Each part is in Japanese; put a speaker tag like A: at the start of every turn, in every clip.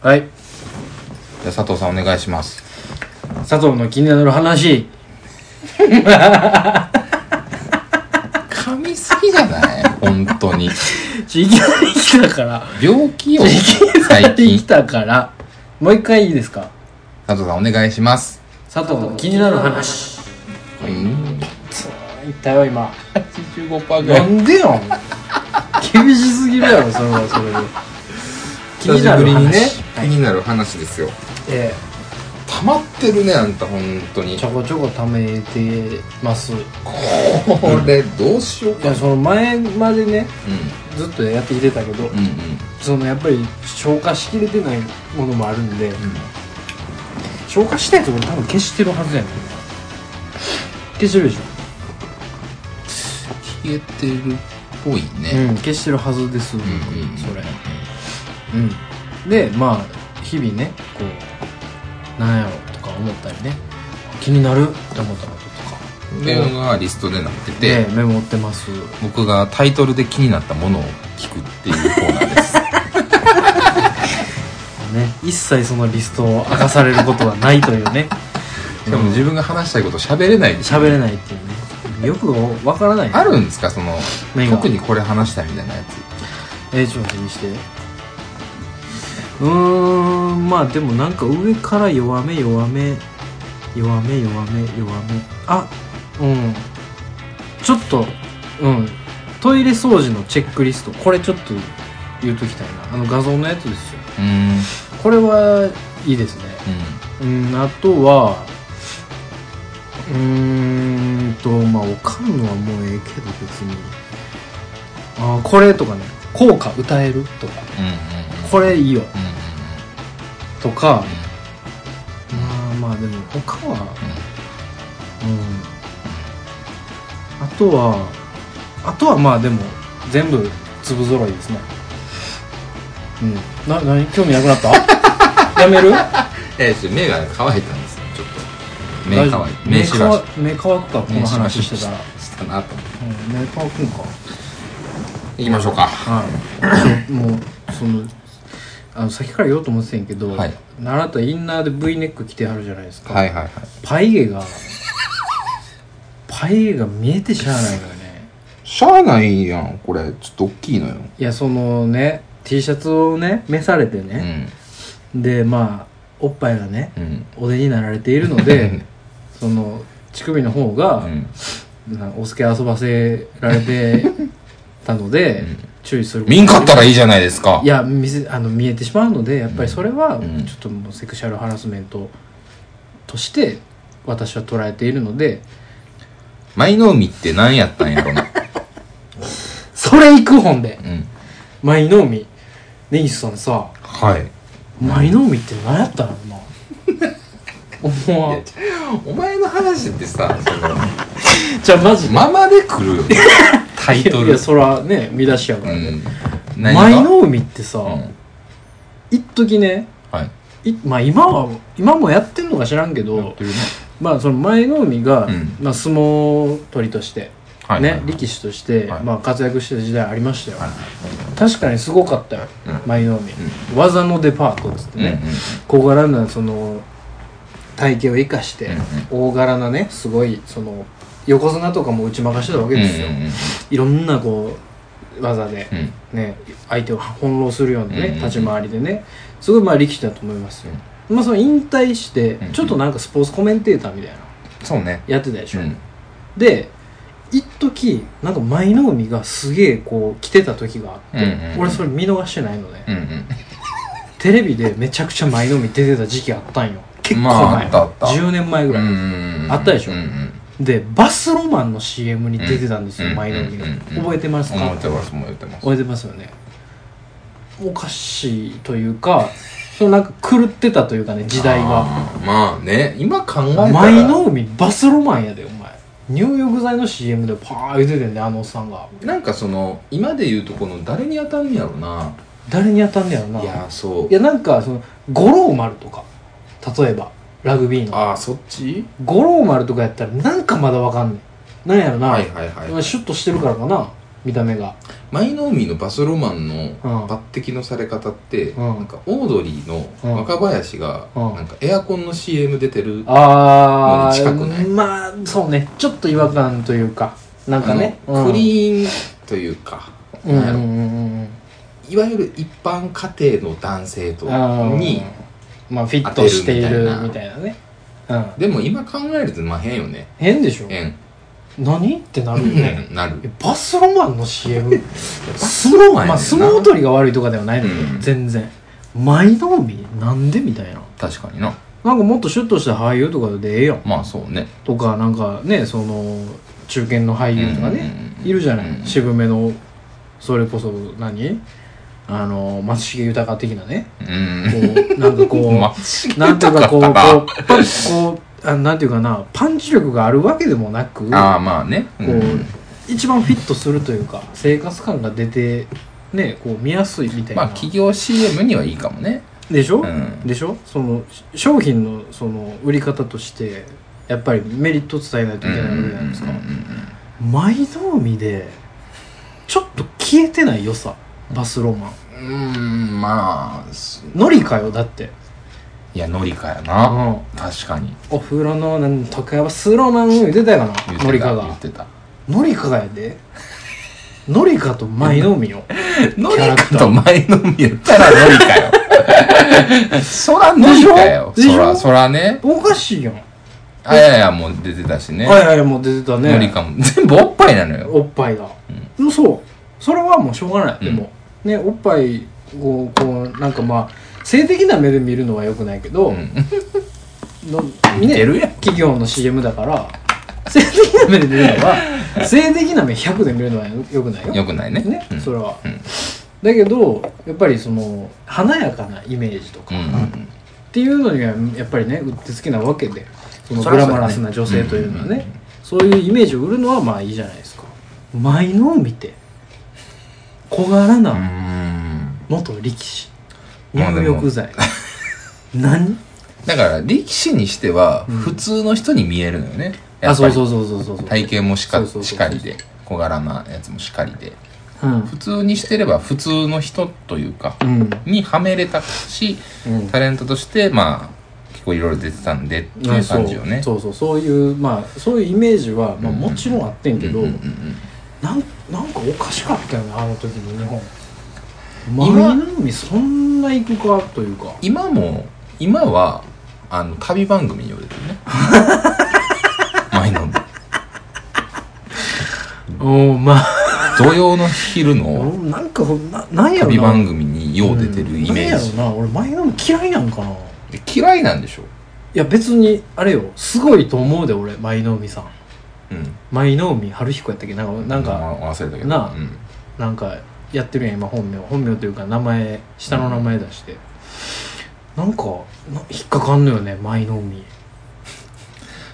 A: はい
B: じゃあ佐藤さんお願いします
A: 佐藤の気になる話
B: 噛みすぎじゃない本当に
A: ちょいきなり来たから
B: 病気よ
A: いき
B: 最
A: で
B: 近
A: きたからもう一回いいですか
B: 佐藤さんお願いします
A: 佐藤の気になる話
B: うん
A: 言ったよ今
B: 85%ぐら
A: ないんでよ厳しすぎるやろそれはそれで気
B: 久
A: に
B: し
A: な
B: ぶ
A: る
B: りにね
A: 話
B: 気になる話ですよ
A: え
B: 溜まってるねあんた本当
A: え
B: に
A: ちょこちょこ貯めてますい
B: これどうしようか
A: やその前までね
B: う
A: ずっとやってきてたけど、
B: んうん
A: そのやっぱり消化しきれてないものもあるんで、消化したいところ多分消してるはずやねん消してるでしょ
B: 消えてるっぽいね
A: うん消してるはずです、
B: んうん
A: それうんでまあ日々ねこうなんやろとか思ったりね気になるって思ったこととか
B: っていうのがリストでなってて、
A: でメモってます
B: 僕がタイトルで気になったものを聞くっていうコーナー です
A: ね一切そのリストを明かされることはないという ね
B: しかも自分が話したいこと喋れない
A: 喋れないっていうねよくわからない
B: あるんですかその
A: 何が
B: 特にこれ話したいみたいなや
A: えー、ちょっと待って見してうーんまあでもなんか上から弱め弱め弱め弱め弱めあうんちょっとうんトイレ掃除のチェックリストこれちょっと言うときたいなあの画像のやつですよ
B: つうん
A: これはいいですねうんあとはうーんとまあおかんのはもうええけど別にあーこれとかね効果歌えるとか
B: うんうんうん
A: これいいよ
B: うんうん
A: とか
B: うん
A: まあまあでも他はうんあとはあとはまあでも全部粒揃いですねうんな何興味なくなった やめる
B: えーちょっと目が乾いたんですよちょっと目
A: 大丈夫
B: 乾い目しばし
A: 目乾くかこ
B: 目
A: の
B: しば
A: 話
B: し
A: してたら、
B: したなと思って
A: うん、目乾くんか
B: いきましょうか
A: はい、 もうそのあの先から言おうと思ってたんやけど、
B: はい
A: 習ったインナーで V ネック着てはるじゃないですか、
B: はいはいはい
A: パイ毛がパイ毛が見えてしゃあないのよね
B: しゃあないやんこれちょっと大きいのよ
A: いやそのね T シャツをね召されて
B: う
A: ね、
B: ん
A: でまあおっぱいがね
B: うん
A: お出になられているの でその乳首の方
B: う
A: が、
B: ん
A: なお酒遊ばせられてたので、
B: うん
A: 注意すること
B: 見んかったらいいじゃないですか
A: いや見せあの見えてしまうのでやっぱりそれは
B: うん
A: ちょっともうセクシャルハラスメントとして私は捉えているので
B: 舞の海って何やったんやろな
A: それ行く本で
B: うん
A: 舞の海根岸さんさ
B: はい
A: 舞の海って何やったのな思わん
B: お前の話ってさその
A: じゃあマジで
B: ままで来るよねタイト
A: いや
B: ル
A: そらね見出しやか
B: う
A: らね、
B: ん
A: 舞の海ってさ、
B: うん
A: 一時ね
B: はい
A: いまあ今は今もやってんのか知らんけどまあその舞の海が、
B: うん
A: まあ、相撲取りとして
B: はい
A: ね、力士として、
B: はい
A: まあ、活躍してた時代ありましたよ、
B: はい
A: 確かにすごかったよ、
B: うん
A: 舞の海、技のデパートっつって
B: ね
A: ね、小柄なその体型を生かして、大柄なねすごいその横綱とかも打ち負かしてたわけ
B: うんうん
A: ですよ、いろんなこう技で、
B: うん
A: ね、相手を翻弄するようなね、
B: うんうん
A: 立ち回りでねすごいまあ力士だと思いますよ、まあ、その引退して
B: うん
A: ちょっとなんかスポーツコメンテーターみたいな
B: そうね
A: やってたでしょ、
B: うん
A: で一時なんか舞の海がすげえこう来てた時があって、
B: うんうんうん
A: 俺それ見逃してないのね、
B: うんうん
A: テレビでめちゃくちゃ舞の海出てた時期あったんよ結構前、
B: まああったあった
A: 10年前ぐらい、
B: うん
A: あったでしょ
B: うんうん
A: でバスロマンの CM に出てたんですよ、
B: うん
A: 舞の海が、
B: うんうんうん
A: 覚えてますか
B: 思ってます思ってます
A: 覚えてますよねおかしいというかそのなんか狂ってたというかね時代が
B: あーまあね今考えたら
A: 舞の海バスロマンやでお前入浴剤の CM でパー言っててんねあのおっさんが
B: なんかその今で言うとこの誰に当たるんやろな
A: 誰に当たんねやろない
B: やそう
A: いやなんかその五郎丸とか例えばラグビーの
B: ああそっち
A: 五郎丸とかやったらなんかまだわかんねんなんやろな、
B: はいはいはい
A: シュッとしてるからかな見た目が
B: 舞の海のバスロマンの
A: うん
B: 抜擢のされ方って、
A: うん
B: なんかオードリーの若林が、
A: うん
B: なんかエアコンの CM 出てる、
A: あ
B: のに近くない
A: ーまあそうねちょっと違和感というかなんかね
B: あの
A: うん
B: クリーンというか、
A: うんうん
B: なんやろ
A: うんうん
B: いわゆる一般家庭の男性と
A: あー
B: に
A: まあフィットしている
B: 当てる
A: み
B: み
A: たいなねうん
B: でも今考えるとまあ変よね
A: 変でしょ
B: 変、
A: 何ってなるよね
B: なる
A: えバスロマンの CM
B: スロマンやねんな
A: まあ相撲取りが悪いとかではないのよ、
B: うん
A: 全然舞の海なんでみたいな
B: 確かにな
A: なんかもっとシュッとした俳優とかでええやん
B: まあそうね
A: とかなんかねその中堅の俳優とかね、いるじゃない、
B: うん
A: 渋めのそれこそ何あの松重豊的なね
B: うん
A: こ うなんかこう、
B: ま
A: なんていうかこうこ
B: な
A: う
B: かったな
A: パッこうあなんていうかなパンチ力があるわけでもなく
B: ああまあねう
A: こうん一番フィットするというか生活感が出てねこう見やすいみたい
B: ま
A: な、
B: あ企業 CM にはいいかもね
A: でしょ、
B: うん
A: でしょそのし商品のその売り方としてやっぱりメリットを伝えないといけないわけじゃないですか
B: うんうんうんうん
A: 舞の海でちょっと消えてない良さバスロマン
B: うーんまあす
A: ノリかよだって
B: いやノリカや
A: う
B: な、
A: ん
B: 確かに
A: お風呂のなんとかバスロマン言ってたよ
B: 言っ
A: な
B: てた
A: ノリカ
B: 言っ
A: が
B: てた
A: ノリカがやでノリカと舞の海よ
B: ノリカと前のみやったらノリカよそらノリカよ
A: でしょ
B: そ
A: で
B: ら
A: しょ
B: そらね
A: おかしいやん
B: あややも出てたしね
A: あいやいやもう出てたね
B: ノリカも全部おっぱいなのよ
A: おっぱいが、そうそれはもうしょうがない、
B: うん
A: でもねおっぱいをこうなんかまあ性的な目で見るのはよくないけど、
B: うん
A: の
B: 見て
A: ね
B: るやん
A: 企業の CM だから性的な目で見るのは性的な目100で見るのはよくないよ
B: よくないね
A: ね、
B: うん
A: それは、
B: うん
A: だけどやっぱりその華やかなイメージとか、
B: うんうんうん
A: っていうのにはやっぱりねうってつけなわけでその
B: そ
A: グ
B: りゃ
A: ラ
B: そうだね
A: マラスな女性というのは
B: うんうん
A: ねそういうイメージを売るのはまあいいじゃないですか舞の海って小柄
B: うー
A: なん元力士
B: まあで
A: 入
B: も
A: 浴剤何
B: だから力士にしては
A: うん
B: 普通の人に見えるのよね、や
A: あ
B: っぱ
A: そう
B: り
A: そうそうそうそうそう
B: 体型もしか
A: そうそうそうそう
B: しかりで小柄なやつもしかりで
A: うん
B: 普通にしてれば普通の人というか
A: うん
B: にはめれたし
A: うん
B: タレントとしてまあ結構いろいろ出てたんでっていう感じよね
A: そうそうそうそういうまあそういうイメージは、まあ、
B: うん
A: もちろんあってんけど、
B: うんうんうん
A: なんなんかおかしかったよねあの時の日本
B: 今
A: 舞の海そんな行くかというか
B: 今も今はあの旅番組によるてる ね前の
A: うんまあ
B: 土曜の昼の
A: 俺なんかほんななんやろな
B: 旅番組によう出てるイメー
A: う
B: ジ
A: んなんやろな俺前の海嫌いなんかない
B: 嫌いなんでしょ
A: や別にあれよすごいと思うで俺舞の海さん
B: うん
A: 舞の海春彦やったっけなんかなんか、
B: まあ忘れたけど
A: なあ
B: うん
A: なんかやってるやん今本名本名というか名前下の名前出して、なんかな引っかかんのよね舞の海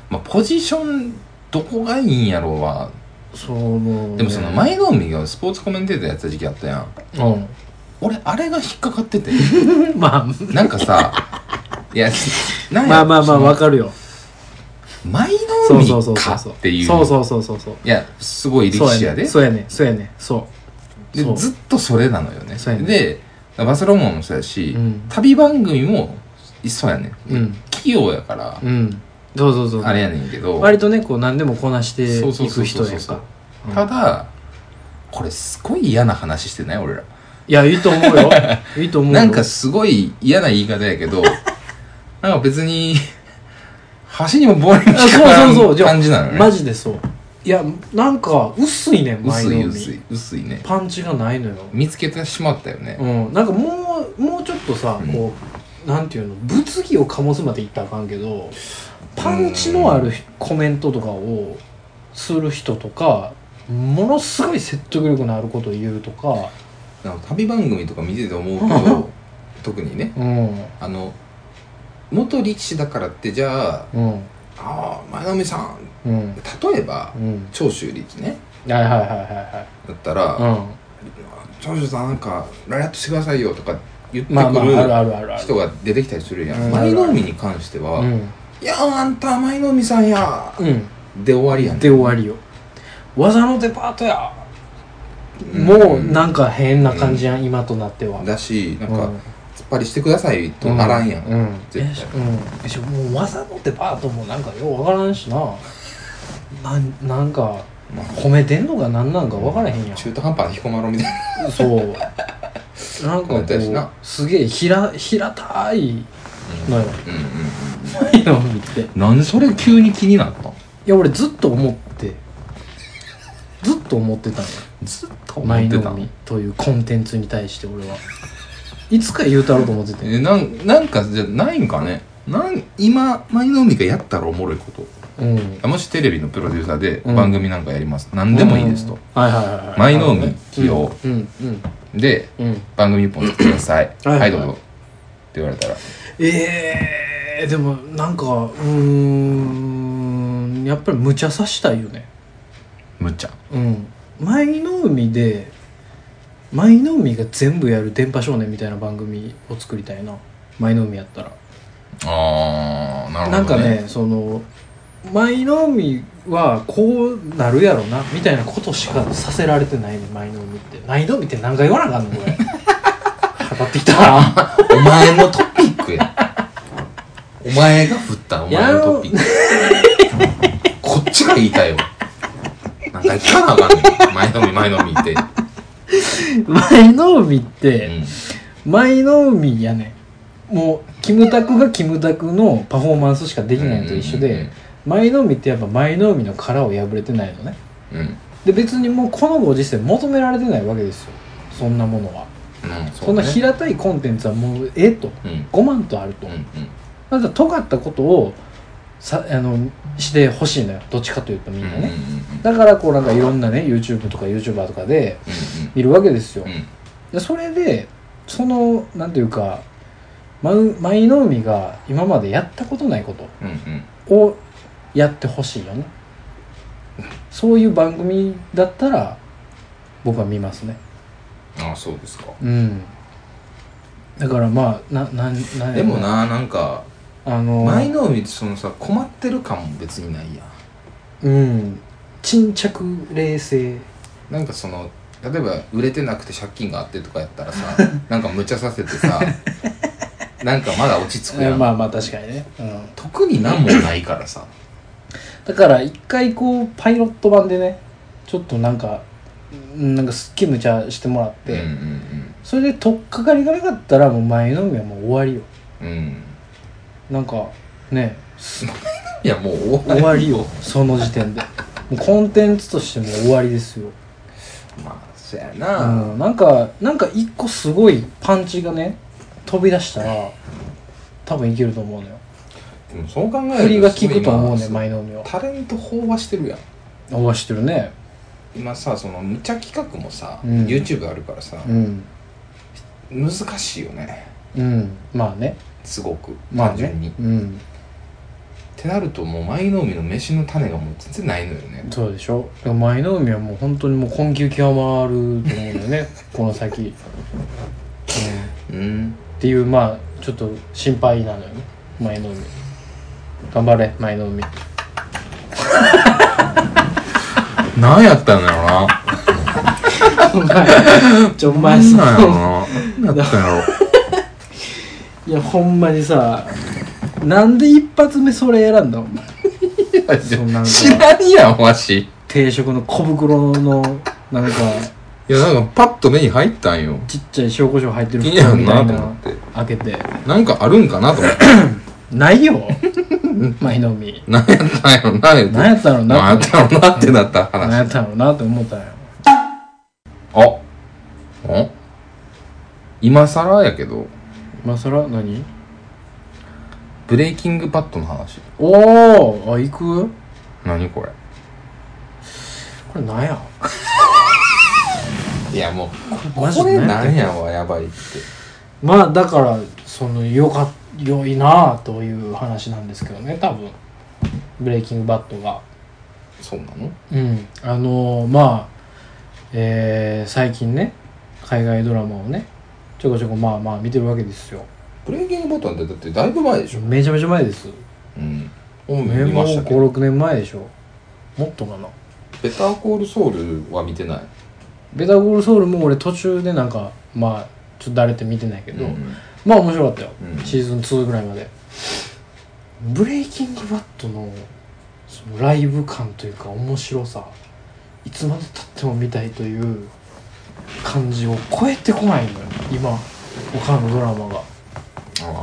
B: まあポジションどこがいいんやろうは
A: そう思うね
B: でもその前の海がスポーツコメンテーターやってた時期あったやん
A: う
B: 俺あれが引っかかっ てて
A: んまあ
B: なんかさいやなんや
A: まあまあまあ
B: その
A: わかるよ
B: 舞
A: そ
B: の
A: う
B: 海
A: そうそうそ
B: か
A: うそう
B: っていう
A: そうそうそうそうそう
B: いやすごい力士やで
A: そうやねそうやねそう
B: で
A: やねそう
B: ずっとそれなのよね
A: そうやね
B: でバスロマンもそうやし、
A: うん
B: 旅番組もそうやね、
A: うん
B: 器用やから、
A: うんそうそうそう
B: あれやねんけど
A: 割とねこう何でもこなして
B: そう
A: い
B: そうそ
A: く
B: う
A: 人
B: そう
A: やんかうん
B: ただこれすごい嫌な話してない俺ら
A: いやいいと思う よいいと思うよ
B: なんかすごい嫌な言い方やけ どなんか別に橋にも棒にも引
A: あ
B: っ
A: そうそう
B: か
A: そう
B: からん感じなのね
A: マジでそういやなんか薄いねん前
B: 薄
A: の海
B: い薄い薄いね
A: パンチがないのよ
B: 見つけてしまったよね、
A: うんなんかもうもうちょっとさ
B: うん
A: こうなんていうの物議を醸すまでいったらあかんけどパンチのあるコメントとかをする人とかものすごい説得力のあることを言うとか
B: なんか旅番組とか見てて思うけど特にね
A: うん
B: あの元力士だからってじゃあ
A: うん
B: 「ああ前の海さん
A: うん」
B: 例えば
A: うん
B: 長州力ね
A: はいはいはいは
B: だったら「
A: いはいうん
B: 長州さんなんかラリアットしてくださいよ」とか言ってく
A: まあまあある
B: る
A: あるあるある
B: 人が出てきたりするや
A: うんん
B: 舞の海に関しては「
A: うん、
B: いやあんた舞の海さんや
A: うん、」
B: で終わりやねん
A: で終わりよ技のデパートやもうなんか変な感じやん、今となっては
B: だしなん
A: う
B: か
A: ん
B: 突っ張りしてくださいとならんやん、
A: うん、うん
B: 絶対
A: えしょもう技のデパートもなんかようわからんしななんなんか
B: まあ
A: 褒めてんのかなんなんかわからへんやん
B: 中途半端な彦摩呂みたいな
A: そうなんかこ
B: こうやったりしな
A: うすげえひら平たいのよ
B: うんうん
A: の見てい
B: うんなんでそれ急に気になったん
A: や俺ずっと思ってずっと思ってたんよ
B: ずっと思
A: マイ
B: って
A: ノ
B: た
A: ミというコンテンツに対して俺はいつか言うたろうと思ってて
B: えなんなんかじゃないんかねなん今舞の海がやったらおもろいこと
A: うん
B: あもしテレビのプロデューサーで
A: うん
B: 番組なんかやります、何でもいいですと、
A: うんはいはいはいはい
B: 舞の海起用
A: うんうん
B: で
A: うん、うん
B: 番組一本作ってください
A: はい
B: は、
A: はいいはい
B: どうぞって言われたら
A: えー、でもなんかうーんやっぱり無茶さしたいよね
B: むっちゃ
A: うん舞の海で舞の海が全部やる「電波少年」みたいな番組を作りたいな舞の海やったら
B: あーなるほど、ね、
A: なんかねその舞の海はこうなるやろなみたいなことしかさせられてないね舞の海って舞の海って何回言わなあかんのこ れ語ってきたな
B: お前のトピックやお前が振ったお前のトピックこっちが言いたいわなんか聞かなあかんねん前のみ前のみって、
A: 舞の海っ
B: う
A: て、
B: ん
A: 舞の海やねんもうキムタクがキムタクのパフォーマンスしかできないのと一緒
B: うんうんうん
A: で舞の海ってやっぱ舞の海の殻を破れてないのね
B: うん、うん
A: で別にもうこのご時世求められてないわけですよそんなものは
B: そ
A: そんな平たいコンテンツはもうええと
B: うんうん
A: 5万とあると、
B: うん
A: ただ尖ったことをさあのしてほしいのよどっちかというとみん
B: うんうん
A: な
B: うん
A: ね、だからこうなんかいろんなね YouTube とか YouTuber とかで
B: う
A: 見るわけですよ、
B: んうんうん
A: でそれでそのなんていうか舞舞の海が今までやったことないこと
B: うんうん
A: をやってほしいよねそういう番組だったら僕は見ますね
B: ああそうですか
A: うんだからまあななんなん
B: でもななんか
A: あの
B: 前の海ってそのさ困ってる感も別にないやん
A: うん沈着冷静
B: なんかその例えば売れてなくて借金があってとかやった らさなんか無茶させてさなんかまだ落ち着くやん、
A: まあまあ確かにね、うん、
B: 特に何もないからさ
A: だから一回こうパイロット版でねちょっとなんかうんなんかすっきり無茶してもらっ
B: うん
A: て、
B: うん
A: それで取っかかりがなかったらもう前のみはもう終わりよ
B: うんうん
A: なんかねす
B: いやもう終わ
A: 終わりよその時点でもうコンテンツとしてもう終わりですよ、
B: まあそや
A: う
B: な、
A: ん、なんかなんか一個すごいパンチがね飛び出したら多分いけると思うのよ
B: でもそう考えると
A: 振りが効くと思うね
B: その
A: 前のみは
B: 今タレント飽和してるやん
A: おわしてるね
B: 今さその無茶企画もさ、
A: うん
B: YouTube あるからさ、
A: うん
B: 難しいよね
A: うんまあね
B: すごく
A: まあ
B: 単
A: ね
B: 純に、っ
A: うん
B: てなるともう舞の海の飯の種がもう全然ないのよね
A: そうでしょだから舞の海はもう本当にもう根気極まると思うんだよ ねこの先、うん、っ
B: うん
A: ていうまあちょっと心配なのよね舞の海頑張れ舞の海
B: 何やったんだろうな
A: ちょお
B: 何
A: 前
B: や
A: さ
B: ろな何やったんやろ
A: いやほんまにさなんで一発目それ選んだお前そんなんか
B: 知らんやんわし
A: 定食の小袋のなんか
B: いやなんかパッと目に入ったんよ
A: ちっちゃい塩コショウ入ってる
B: 気にな
A: 袋
B: る
A: みた
B: ないと思
A: な
B: って
A: 開けて
B: なんかあるんかなと思って
A: ない よ舞の海
B: 何やったんやろな言うて
A: 何やったの
B: 何や
A: な
B: っ
A: って
B: たんやろなってなった
A: 何
B: 話
A: やったのなって思ったんよ
B: あお今更やけど
A: 今更何
B: ブレイキングパッドの話
A: おおあ行く
B: 何これ
A: これなんや
B: いやもう
A: マジ
B: こ
A: で
B: れ
A: 何や
B: なんやわやばいって
A: まあだからそのよか良いなあという話なんですけどね多分ブレイキングバットが
B: そうなの
A: うんあのーまあえー最近ね海外ドラマをねちょこちょこまあまあ見てるわけですよ
B: ブレイキングボタンってだってだいぶ前でしょ
A: めちゃめちゃ前です
B: うんもう
A: ね
B: 見
A: もう
B: ましたけど
A: 56年前でしょもっとかな
B: ベターコールソウルは見てない
A: ベタゴールソウルも俺途中でなんかまあちょっとだれて見てないけど、
B: うん
A: まあ面白かったよ、
B: うん
A: シーズン2ぐらいまでブレイキングバットのそのライブ感というか面白さいつまでたっても見たいという感じを超えてこないのよ今他のドラマが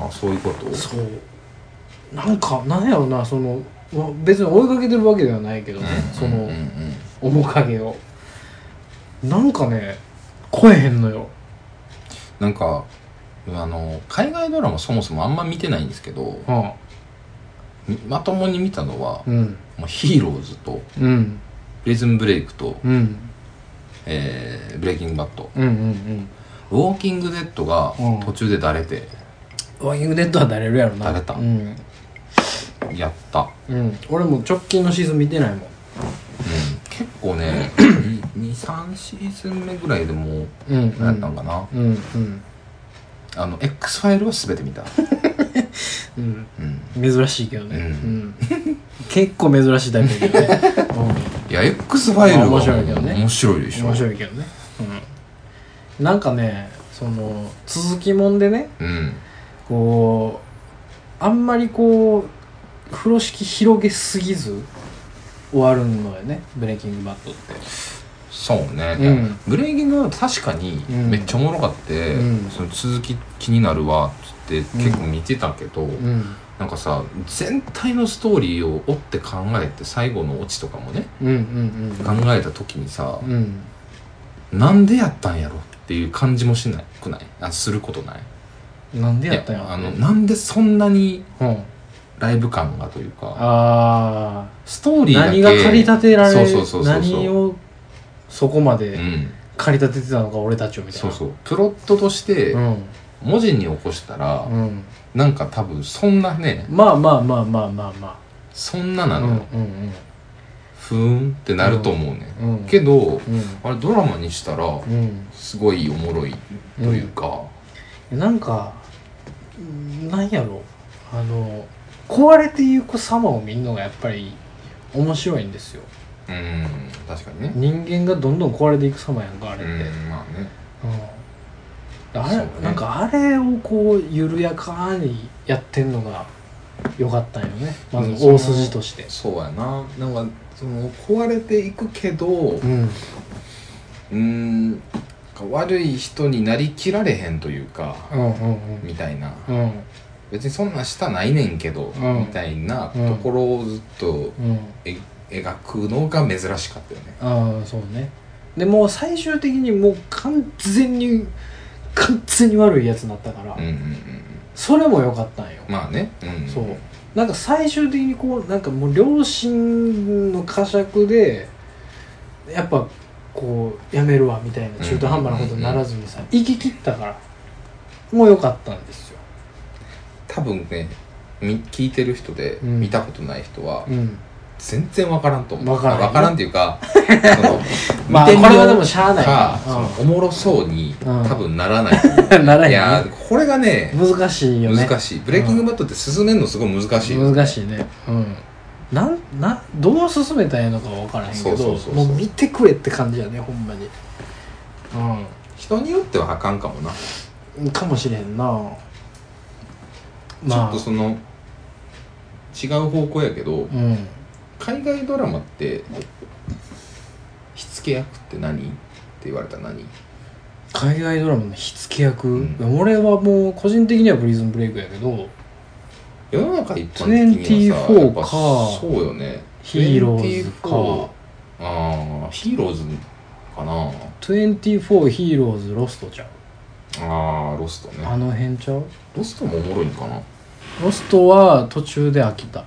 B: ああそういうこと
A: そうなんかなんやろなそのまあ別に追いかけてるわけではないけどね、そ
B: うんうん
A: の
B: うん
A: 面影をなんかね超えへんのよ
B: なんかあの海外ドラマそもそもあんま見てないんですけど
A: うん
B: みまともに見たのは、
A: うん
B: まあ、ヒーローズと
A: うん
B: プリズンブレイクと、
A: うん
B: えーブレイキングバット
A: うんうんうん
B: ウォーキングデッドが
A: うん
B: 途中でだれて
A: ワイングデッドは誰るやろな
B: だれた
A: うん、
B: やった、うん、
A: うん、俺も直近のシーズン見てないもん
B: 結構ね23シーズン目ぐらいでもう
A: うんうん
B: やったんかな、
A: うんうん
B: あの X ファイルは全て見た、
A: うん
B: うん、
A: 珍しいけどね、
B: うん
A: うん 結構珍しいタイプだけどね、
B: いや X ファイルは
A: 面白いけどね
B: 面白いで
A: う
B: し
A: ん、
B: ょ
A: 面白いけどね、うん、なんかねその続きもんでね
B: うん
A: こうあんまりこう風呂敷広げすぎず終わるのよねブレイキングバットって
B: そうね、
A: うん
B: ブレイキングは確かに
A: うん
B: めっちゃおもろかって、
A: うん
B: その続き気になるわっつって結構見てたけど、
A: うん
B: なんかさ全体のストーリーを追って考えて最後のオチとかもね
A: うんうん
B: 考えた時にさ
A: う、んうん
B: なんでやったんやろっていう感じもしなくないあすることない
A: なんでやったんや
B: い
A: ろ
B: あのなんでそんなに
A: うん
B: ライブ感がというか
A: あ
B: ストー
A: あ
B: リーだけ
A: 何が駆り立てられる
B: そうそうそうそうそう
A: 何をそこま
B: う
A: で
B: ん
A: 駆り立ててたのか俺たちをみたいな
B: そうそうプロットとして
A: うん
B: 文字に起こしたら、
A: うん、
B: なんか多分そんなね
A: まあまあまあまあまあま
B: そんなな
A: あう
B: の
A: ん
B: よ、
A: うん
B: ふーんってなると思うね、
A: うんうん
B: けど
A: うん
B: あれドラマにしたら
A: うん
B: すごいおもろいというか、
A: なんかなんやろあの壊れてゆく様を見るのがやっぱり面白いんですよ
B: うん、確かにね
A: 人間がどんどん壊れていく様やんかあれ
B: う
A: って、
B: んまあね
A: うん、あれ、
B: そうね
A: なんかあれをこう緩やかにやってんのが良かったんよねまず大筋として
B: そうやななんかその壊れていくけど
A: う
B: う
A: ん
B: ーんなんか悪い人になりきられへんというか、
A: うんうん
B: みたいな
A: うんうん
B: 別にそんなしたないねんけど、
A: うん
B: みたいなところをずっと
A: うん
B: え描くのが珍しかったよね
A: ああそうねでもう最終的にもう完全に完全に悪いやつになったから、
B: うんうん
A: それも良かったんよ
B: うんまあね、うん、
A: そうなんか最終的にこうなんかもう両親の呵責でやっぱこうやめるわみたいな中途半端なことにならずにさ行き切ったからもう良かったんですよ
B: 多分ねみ聞いてる人で
A: うん
B: 見たことない人は
A: うん
B: 全然わからんと思う、
A: わからんよ
B: わからんってい うかその
A: まあ
B: 見てみよう
A: これはでもしゃあない
B: か
A: か
B: そのおもろそうに
A: うん
B: 多分ならないと思う、
A: うん なら
B: い
A: へ
B: や
A: んね
B: ーこれがね
A: 難しいよね
B: 難しいブレイキングバットって進めるのすごい難しい、
A: 難しいねうんなんなんどう進めたらいいのか分からへんけ
B: そうそ
A: ど
B: うそうそう
A: もう見てくれって感じやねほんまに
B: 人によってはあかんかもな、
A: うんかもしれんな
B: ちょっとその違う方向やけど
A: うん
B: 海外ドラマって火付け役って何って言われたら何
A: 海外ドラマの火付け役、
B: うん
A: 俺はもう個人的にはプリズンブレイクやけど
B: 世の中一般的にはさ
A: 24
B: やっぱ
A: か
B: そうよね
A: ヒーローズか
B: 24ああヒーローズかな
A: 24ヒーローズロストちゃう
B: ああロスト
A: あ
B: ね
A: の辺ちゃう
B: ロストもおもろいんかな
A: ロストは途中で飽きた、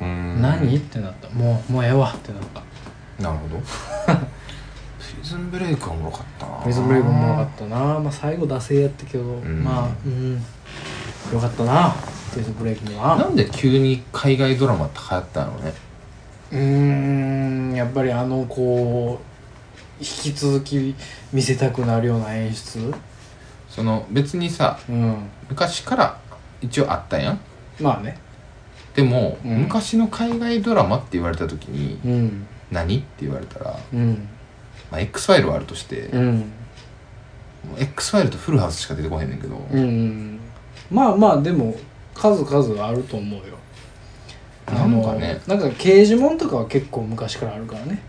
B: うーん
A: 何ってなったもうもうええわってなった
B: なるほ どシーズンブレイクはおもろかったな
A: プリズンブレイクもおもろかったなまあ最後惰性やったけど、
B: ん
A: まあうんよかったなプリズンブレイクも
B: な
A: なん
B: で急に海外ドラマって流行ったのね
A: うーんやっぱりあのこう引き続き見せたくなるような演出
B: その別にさ
A: うん
B: 昔から一応あったやん
A: まあね
B: でも、
A: うん
B: 昔の海外ドラマって言われた時に
A: うん
B: 「何?」って言われたら
A: うん
B: まあ、X ファイルはあるとして、
A: うん
B: もう X ファイルとフルハウスしか出てこへんねんけど、
A: うんまあまあでも数々あると思うよあの
B: なんかね
A: なんか刑事もんとかは結構昔からあるからね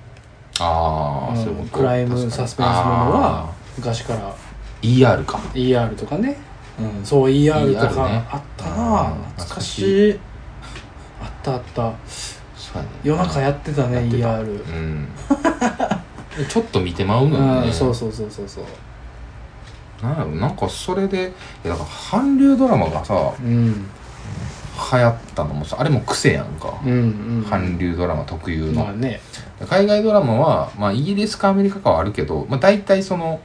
B: ああ、
A: うん
B: そういうこと
A: クライム
B: 確かに
A: サスペンスものは
B: あ
A: 昔から
B: ー ER か
A: ER とかね、うん、そう ER と
B: ER ね
A: かあったな、
B: うん
A: 懐
B: 懐
A: か
B: か
A: し
B: し
A: いあったあった
B: そうやね
A: 夜中やってたね
B: やってた
A: ER
B: うん ちょっと見てまうの
A: う
B: よね
A: ん、そうそうそうそうそう
B: なんやろなんかそれでいやだから韓流ドラマがさ
A: うん
B: 流行ったのもさあれも癖やんか
A: う、んうん
B: 韓流ドラマ特有の
A: まあ、ね
B: 海外ドラマは、まあ、イギリスかアメリカかはあるけど、まあ、大体その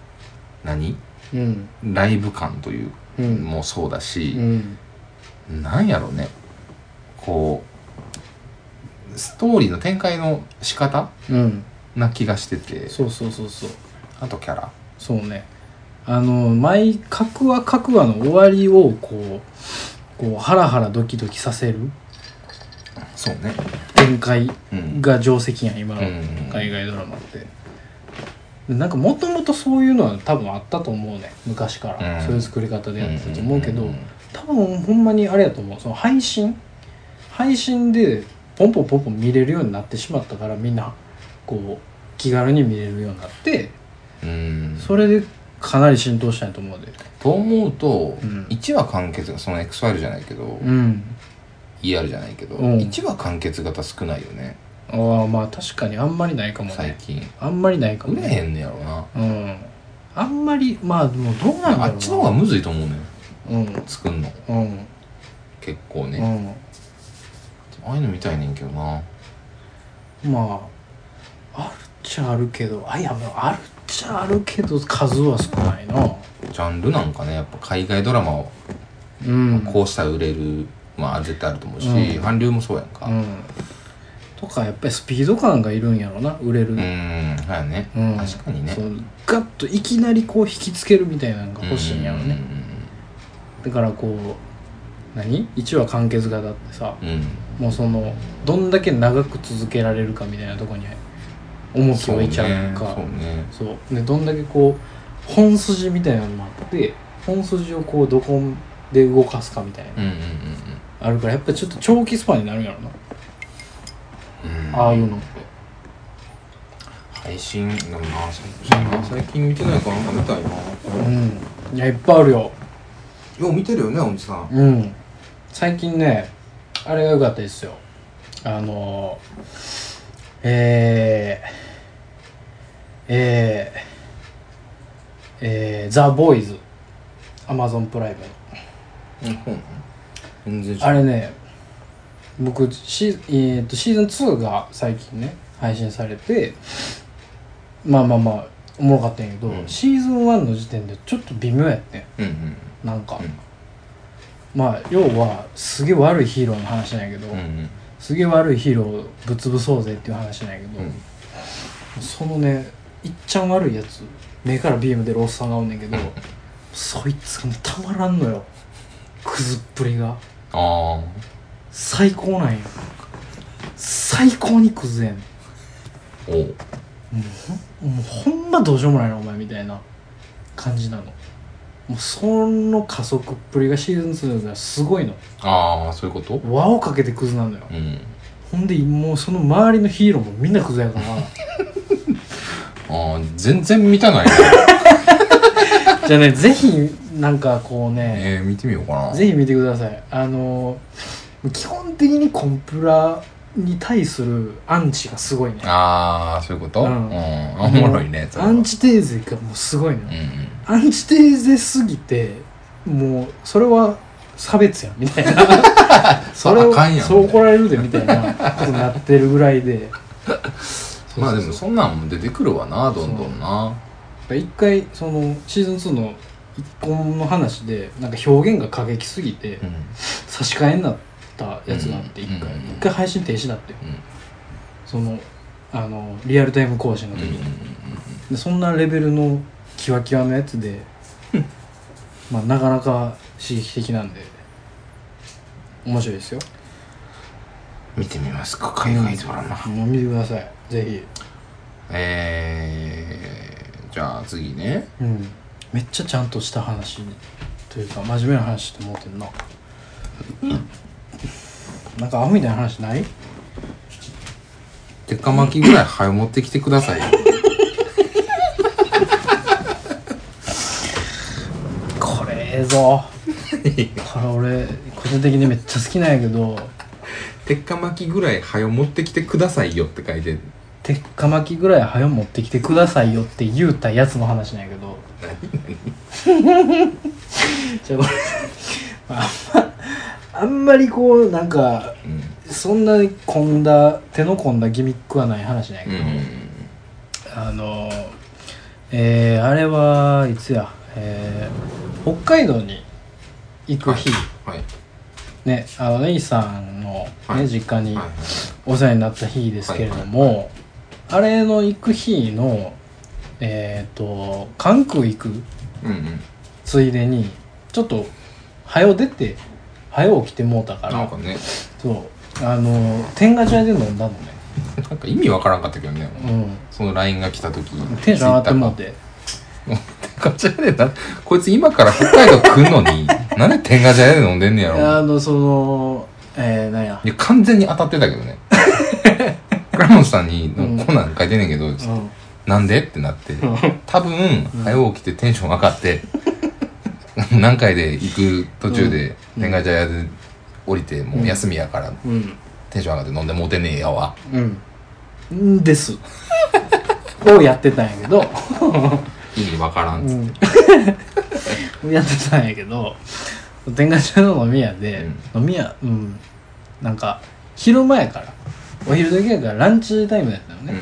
B: 何
A: うん
B: ライブ感という
A: うん
B: もそうだ
A: う
B: し、
A: ん
B: なんやろねこうストーリーの展開の仕方
A: うん
B: な気がしてて
A: そうそうそうそう
B: あとキャラ
A: そうねあの毎各話各話の終わりをこうこうハラハラドキドキさせる
B: そうね
A: 展開
B: うん、
A: が定石やん今の
B: うん
A: 海外ドラマって、でなんかもともとそういうのは多分あったと思うね昔から、
B: うん
A: そういう作り方でやってたと思うけど、
B: んんん
A: 多分ほんまにあれやと思うその配信配信でポンポンポンポン見れるようになってしまったからみんなこう気軽に見れるようになって
B: うん
A: それでかなり浸透したんやと思うで
B: と思うと、
A: うん
B: 1話完結がその X ファイルじゃないけど、
A: うん、
B: ER じゃないけど、
A: うん
B: 1話完結型少ないよね
A: ああまあ確かにあんまりないかも
B: 最
A: ね
B: 近
A: あんまりないかも
B: 売れ
A: ね
B: へんねやろな
A: うんあんまりまあでもどうなんだろうな
B: あっちの方がむずいと思うねん
A: うん
B: 作んの
A: うん
B: 結構ね、
A: う
B: ああいうの見たいねんけどなん
A: まああるっちゃあるけどあいやまああるっちゃあるけど数は少ないな
B: ジャンルなんかねやっぱ海外ドラマを
A: うん
B: こうしたら売れるまあ絶対あると思うし、
A: うん
B: 韓流もそうやんか
A: うんとかやっぱりスピード感がいるんやろな売れる
B: うーんはやね、
A: うん
B: 確かにね
A: そうガッといきなりこう引きつけるみたいなのが欲しいんやろねだからこう何1話完結型ってさ
B: うんうんうん
A: もうそのどんだけ長く続けられるかみたいなとこに重きを置いちゃうやんか
B: そうね
A: そうでどんだけこう本筋みたいなのもあって本筋をこうどこで動かすかみたいな、
B: そうねうんうん
A: あるからやっぱちょっと長期スパンになるんやろな、
B: うんうん
A: ああいうのって
B: 配信でもな最近な最近見てないからなんか見たいな
A: うんいやいっぱいあるよ
B: よう見てるよねおじさん
A: うん最近ねあれが良かったですよあのーえーえーえー、ザ・ボーイズアマゾンプライムの
B: うんそうなの全然知ら
A: あ
B: ん
A: れね僕シ,、えー、とシーズン2が最近ね配信されてまあまあまあおもろかったんやけど、
B: うん
A: シーズン1の時点でちょっと微妙やって
B: うんうん
A: んなんか、
B: うん
A: まあ要はすげえ悪いヒーローの話なんやけど、
B: うんうん
A: すげえ悪いヒーローをぶっ潰そうぜっていう話なんやけど、
B: うん
A: そのねいっちゃん悪いやつ目からビーム出るおっさんがおんねんけどそいつがもうたまらんのよクズっぷりが
B: あ
A: 最高なんよ最高にクズやねん
B: あおう
A: もうほんまどうしようもないなお前みたいな感じなのもうその加速っぷりがシーズン2がすごいの
B: ああそういうこと
A: 輪をかけてクズなのよ
B: うん
A: ほんでもうその周りのヒーローもみんなクズやから
B: ああ全然見た ないね
A: じゃあね、ぜひ、なんかこうね、
B: えー見てみようかな
A: ぜひ見てください。あの、基本的にコンプラに対するアンチがすごいね。
B: ああそういうこと
A: う
B: うんんおもろいねそれ
A: ア
B: は
A: ンチテーゼがもうすごいの、
B: う
A: よ
B: んうん
A: アンチテーゼすぎて、もう、それは差別やん、みたい な。それ
B: あ
A: を、
B: かんやん
A: そう怒られるで、みたいなことになってるぐらいで。
B: まあでも
A: そう
B: そんなんも出てくるわなどんどんな
A: そう一回、その、シーズン2の一本の話で、なんか表現が過激すぎて、
B: うん
A: 差し替えになったやつがあって
B: う
A: 一
B: ん
A: 回
B: うん
A: 一回配信停止だって
B: うん
A: そのあのリアルタイム更新の
B: うん
A: 時
B: うんうん
A: にでそんなレベルのキワキワのやつでまあなかなか刺激的なんで面白いですよ
B: 見てみますか海外ドラマ
A: もう見てくださいぜ
B: えじゃあ次ね
A: うんめっちゃちゃんとした話というか真面目な話って思ってんな、なんかアホみたいな話ない
B: 鉄火巻き ぐらい早持ってきてくださいよ
A: これええぞ これ俺個人的にめっちゃ好きなんやけど
B: 鉄火巻きぐらい早持ってきてくださいよって書いてる
A: 鉄火巻きぐらい早持ってきてくださいよって言うたやつの話なんやけど じゃあこれあんまあんまりこうなんか
B: うん
A: そんなに混んだ手の込んだギミックはない話なんやけど、
B: うん
A: あのえー、あれはいつや、えー、北海道に行く日、
B: はい
A: ねあのネギさんの、ね
B: はい
A: 実家
B: はい
A: に
B: はい
A: お世話になった日ですけれども、あれの行く日のえっ、と関空行く
B: うんうん
A: ついでにちょっと早う出て早う起きてもうたか
B: なん
A: ら
B: かね
A: そうあの天下茶屋で飲んだのね
B: なんか意味わからんかったけどね
A: う
B: その LINE が来た時
A: んテンション上がってもう
B: Twitter
A: て
B: 天下茶屋でなこいつ今から北海道来んの になんで天下茶屋で飲んでんねや
A: あ
B: ろ
A: のそのえー、なんや
B: いや完全に当たってたけど ね倉本さんに
A: うん
B: 「こんなん書いてんねんけど、
A: うん
B: なんで?」ってなって
A: ん
B: 多分早起きてテンション上がって何回で行く途中で
A: うん
B: 天下茶屋で降りてもう休みやから
A: うん
B: テンション上がって飲んでもうてねえやわ
A: うんんですをやってたんやけど
B: 意味わからんっつって、
A: うん、 やってたんやけど天下茶屋の飲み屋で、飲み屋うんなんか昼前からお昼時やからランチタイムだったのね、
B: うん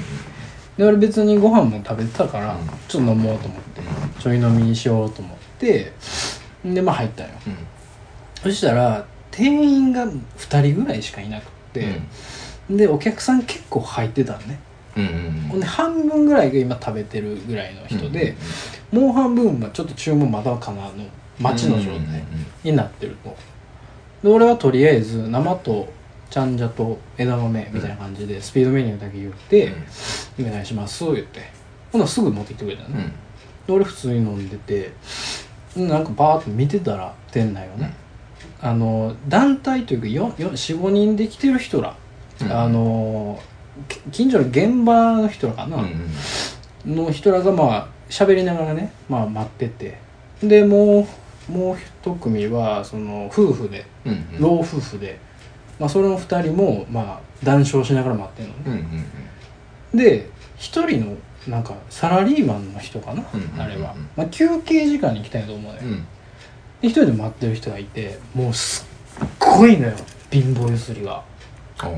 A: で俺別にご飯も食べてたから、
B: うん
A: ちょっと飲もうと思ってちょい飲みにしようと思ってでまあ入ったんよ
B: うん
A: そしたら店員が2人ぐらいしかいなくって、でお客さん結構入ってたんね、
B: うんうん
A: ほ
B: うんん
A: で半分ぐらいが今食べてるぐらいの人で、もう半分はちょっと注文まだかなの待ちの状態になってると、で俺はとりあえず生とちゃんじゃと枝豆みたいな感じでスピードメニューだけ言って「お願いします」言ってほなすぐ持ってきてくれたの
B: うんう
A: ね、
B: ん
A: で俺普通に飲んでてなんかバーって見てたら店内をね、あの団体というかよよ45人で来てる人ら、
B: うん
A: あのき近所の現場の人らかな、
B: うんうん
A: の人らがまあ喋りながらね、まあ、待っててでもうもう一組はその夫婦で
B: うんうん
A: 老夫婦で、まあ、それの二人もまあ談笑しながら待ってるの
B: う
A: ね
B: んうんうん
A: で一人のなんかサラリーマンの人かな、
B: うんうんうん
A: あれは、まあ、休憩時間に行きたいと思うのよ、
B: うん
A: で一人で待ってる人がいてもうすっごいのよ貧乏ゆすりが
B: おー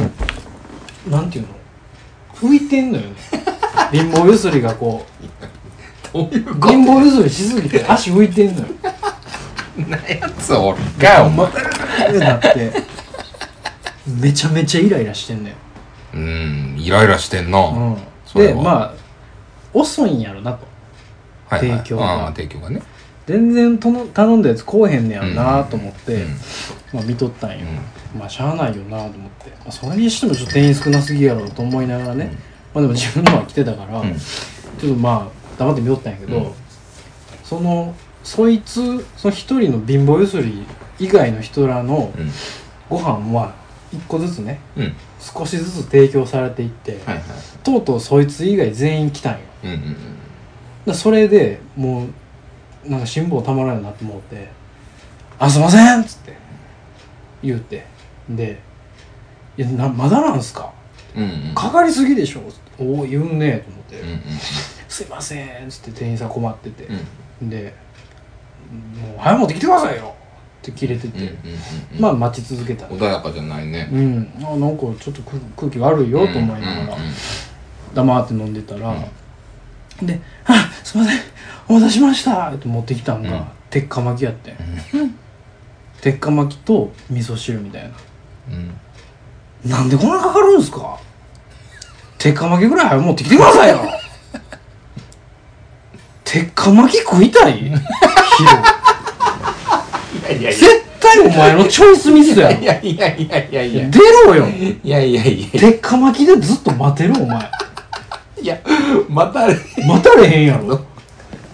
A: もうなんていうの浮いてんのよね貧乏ゆすりがこう
B: どういうこ
A: 貧乏ゆずりしすぎて足浮いてんのよ
B: となやつおるかお前
A: ってなってめちゃめちゃイライラしてんのよ、
B: うんイライラしてんなは
A: う
B: そ
A: ん、
B: れ
A: で
B: は
A: まあ遅いんやろなと
B: いはい
A: 提供が
B: あー提供がね
A: 全然との頼んだやつ来おへんねやろなと思って、
B: うん
A: まあ、見とったんよ、まあしゃあないよなと思って、まあ、それにしてもちょっと店員少なすぎやろと思いながらね、まあでも自分のは来てたから、
B: うん
A: ちょっとまあ黙って見とったんやけど、
B: うん
A: そのそいつその一人の貧乏ゆすり以外の人らの
B: うん
A: ご飯は一個ずつね
B: うんうん
A: 少しずつ提供されていって、
B: はいはい
A: とうとうそいつ以外全員来たんよだか
B: うんうんうん
A: らそれでもうなんか辛抱たまらんようになって思って「あすいません!」っつって言うてで「いやなまだなんすか
B: うんうん
A: かかりすぎでしょ」つっておお言うね」と思って
B: うんうん
A: 「すいません」っつって店員さん困ってて、
B: うん
A: で「もう早持ってきてくださいよ」って切れて
B: うんうん
A: て、
B: うんうん
A: まあ待ち続けた
B: 穏やかじゃないね
A: うん、あなんかちょっと空空気悪いよと思いながら
B: うんうんうん
A: 黙って飲んでたら、で「あすいませんお待たせしました」って持ってきたんが、
B: うん
A: 鉄火巻きやってん鉄火巻きと味噌汁みたい
B: うん
A: ななんでこんなかかるんすか鉄火巻きぐらい早く持ってきてくださいよ鉄火巻き食いたい昼
B: いやいやいや
A: 絶対お前のチョイスミスやろ
B: いやいやいやいやいや
A: 出ろよ
B: いやいやいや
A: 鉄火巻きでずっと待てるお前
B: いや、またあれ。
A: 待たれへんやろ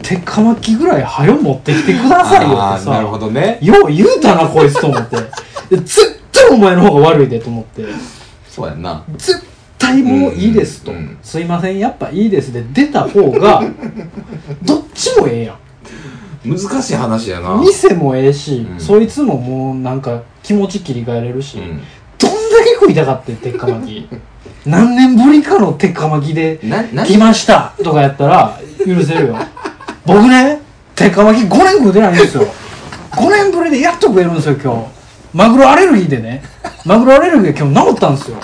A: 手カマキぐらい早持ってきてくださいよ
B: あ
A: って
B: ーなるほ
A: さ
B: どね。
A: よう言うたなこいつと思って で絶対お前の方が悪いでと思って
B: そうやんな。
A: 絶対もういいですと、
B: うんうん
A: すいませんやっぱいいですで出た方 がどっちもええやん
B: 難しい話やな。うん。
A: 店もええし、
B: うん
A: そいつももうなんか気持ち切り替えれるし、どんだけ食いたかってん鉄火 巻き何年ぶりかの鉄火巻きで
B: な、な
A: 来ましたとかやったら許せる よ僕ね鉄火巻き5年食うてないんですよ5年ぶりでやっと食えるんですよ今日マグロアレルギーでねマグロアレルギーが今日治ったんですよ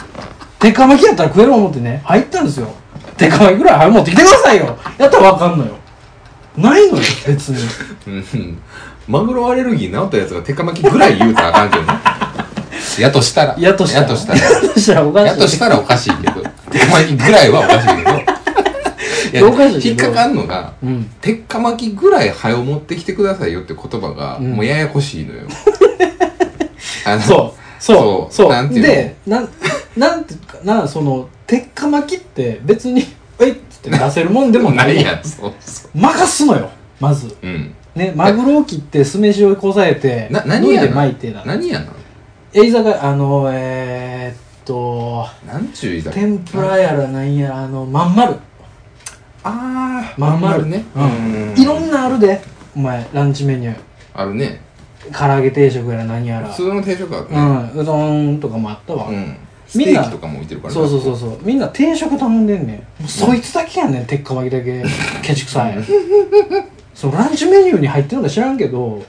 A: 鉄火巻きやったら食える思ってね入ったんですよ鉄火巻きぐらい早く持ってきてくださいよやったらわかんのよないのよ別に
B: うんマグロアレルギー治ったやつが手カマキぐらい言うたらあかんけどね。やとしたら。
A: やっとした
B: やとしたら。
A: やっとしたらおかしい
B: やとしたらおかしいけど。手カマキぐらいはおかし いけど。
A: おかしいけ
B: 引っ
A: ど
B: かかんのが、
A: うん
B: 鉄火巻きぐらい早う持ってきてくださいよって言葉が、
A: うん
B: もうややこしい のよ。あの
A: そうそう
B: そ
A: そうう
B: なんていうの
A: でなん なんていうかなその鉄火巻きって別に 「えいっ!」って出せるもんで
B: でも
A: もな
B: ないい
A: やん
B: やん。そうそ
A: 任すのよまず
B: う。うん。
A: ねマグロを切って酢飯をこさえて
B: な、何や
A: 海苔で
B: な
A: 巻いてな
B: 何やな
A: えいざがあのえー、っと
B: なんちゅう居酒屋
A: 天ぷらやらなんやらあのまん丸
B: あー、
A: まん丸
B: ね。
A: うん
B: う
A: いろんなあるでお前ランチメニュー
B: あるね。
A: 唐揚げ定食やら何やら
B: 普通の定食ある
A: う
B: ね。
A: んうどんとかもあったわ、
B: うん。ス
A: みん
B: テ
A: な
B: ーキとかも置いてるからね
A: そうそうそうそうみんな定食頼んでんねんもうそいつだけやねん鉄火巻きだ けケチくさいそのランチメニューに入ってるのか知らんけど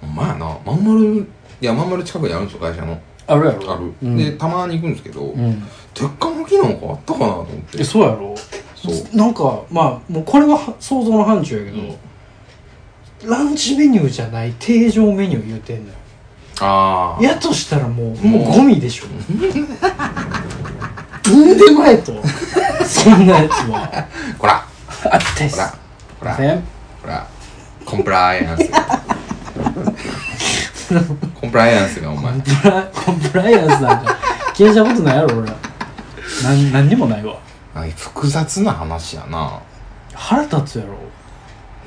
B: ほんまやな。まんまる、いや、まんまる近くにあるんですよ、会社の。
A: あるや
B: ある。
A: うん
B: で、たまに行くんですけど
A: う、ん
B: 鉄火巻きなんかあったかなと思って
A: え。そうやろ
B: そう。
A: なんかまあもうこれは想像の範疇やけど、ランチメニューじゃない定常メニュー言うてんのよ
B: ああ。
A: やとしたらもう
B: もう
A: もうゴミでしょ産んでまえとそんなやつ は
B: こら
A: あったっ
B: こ
A: す
B: らこら
A: せん
B: こらコンプラ イアンスコンプライアンスがお前
A: コンプラコンプライアンスなんか気にしたことないやろ俺らなん何にもないわ
B: あ複雑な話やな
A: 腹立つやろ